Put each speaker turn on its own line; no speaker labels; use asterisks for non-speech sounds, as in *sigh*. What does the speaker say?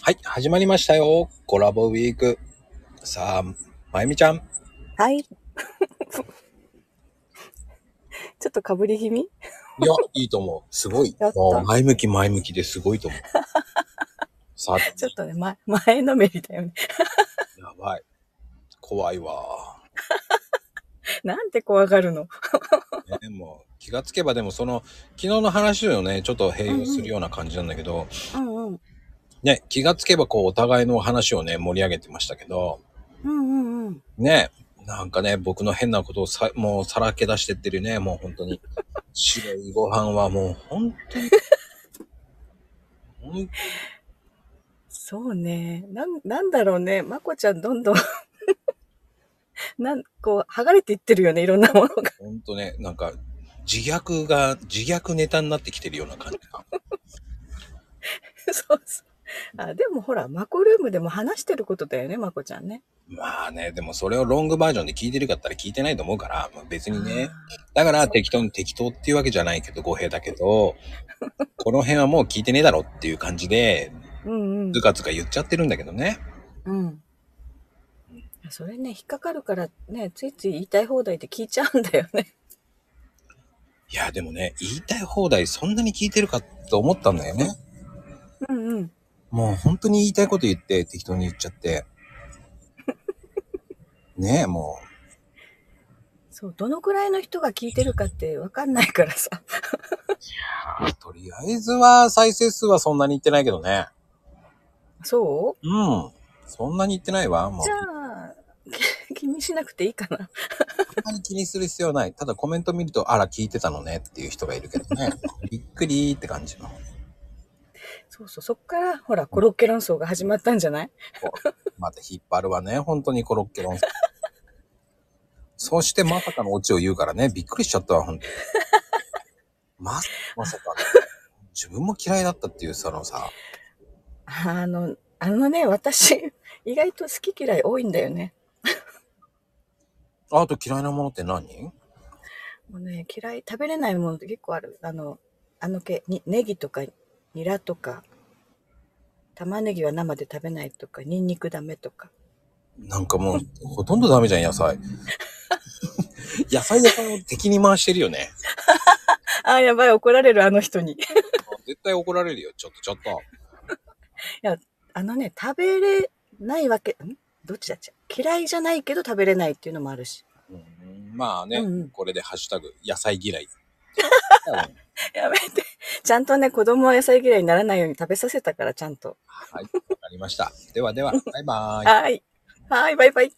はい、始まりましたよ。コラボウィーク。さあ、まゆみち
*laughs*
ゃん。
はい。ちょっとかぶり気味
いや、いいと思う。すごい。
やった
もう前向き前向きですごい
*laughs*
と思う。さあ、
ちょっとね、前、 *laughs* 前のめりだよね。
やばい。怖いわ。
なんて怖がるの
ね、もう気がつけばでもその、昨日の話をね、ちょっと併用するような感じなんだけど、
うんうん。
ね、気がつけばこうお互いの話をね、盛り上げてましたけど、
うんうんうん。
ね、なんかね、僕の変なことをさ、もうさらけ出してってるね、もう本当に。白いご飯はもう本当に。ほん
そうね。なん、なんだろうね。まこちゃんどんどん。なん、こう、剥がれていってるよね、いろんなものが。 *laughs*
ほんとね、なんか、自虐が、自虐ネタになってきてるような感じが。
そうそう。あ、でもほら、マコルームでも話してることだよね、まこちゃんね。
まあね、でもそれをロングバージョンで聞いてるかったら聞いてないと思うから、まあ別にね。だから適当に適当っていうわけじゃないけど、語弊だけど、この辺はもう聞いてねえだろっていう感じで、
うんうん
ず。かずか言っちゃってるんだけどね。
うん。それね、引っかかるからね、ついつい言いたい放題で聞いちゃうんだよね。
いや、でもね、言いたい放題そんなに聞いてるかと思ったんだよね。
うんうん。
もう本当に言いたいこと言って、適当に言っちゃって。 *laughs* ねえ、もう。
そう、どのくらいの人が聞いてるかってわかんないからさ。
とりあえずは再生数はそんなにいってないけどね。
そ
うん。そんなにいってないわ。も
う
う、
じゃあ、き気にしなくていいかな。
あんまり気にする必要ない。ただコメント見ると、あら、聞いてたのねっていう人がいるけどね。 *laughs* びっくりって感じの。
そうそう、そっから、ほら、コロッケ論争が始まったんじゃない
また引っ張るわね。本当にコロッケ論争。 *laughs* そしてまさかのオチを言うからね。びっくりしちゃったわ、本当に。まさ、まさか。自分も嫌いだったっていう、そのさ。
あの、あのね、私、意外と好き嫌い多いんだよね。
あと嫌いなものって何
もうね、嫌い、食べれないものって結構ある。あの、あの系、にネギとか、ニラとか、玉ねぎは生で食べないとか、ニンニクダメとか。
なんかもう、ほとんどダメじゃん、野菜。 *laughs* 野菜屋さんを敵に回してるよね。
あー、やばい、怒られる、あの人に。
絶対怒られるよ、ちょっとちょっと。
あのね、食べれないわけ、んどっちだっち嫌いじゃないけど食べれないっていうのもあるし。
うんまあね、
うんうん
これでハッシュタグ、野菜嫌い。
やめて。 *laughs* ちゃんとね、子供は野菜嫌いにならないように食べさせたから、ちゃんと。
はい、わかりました。ではでは、バイバーイ。
はい。はい、バイバイ。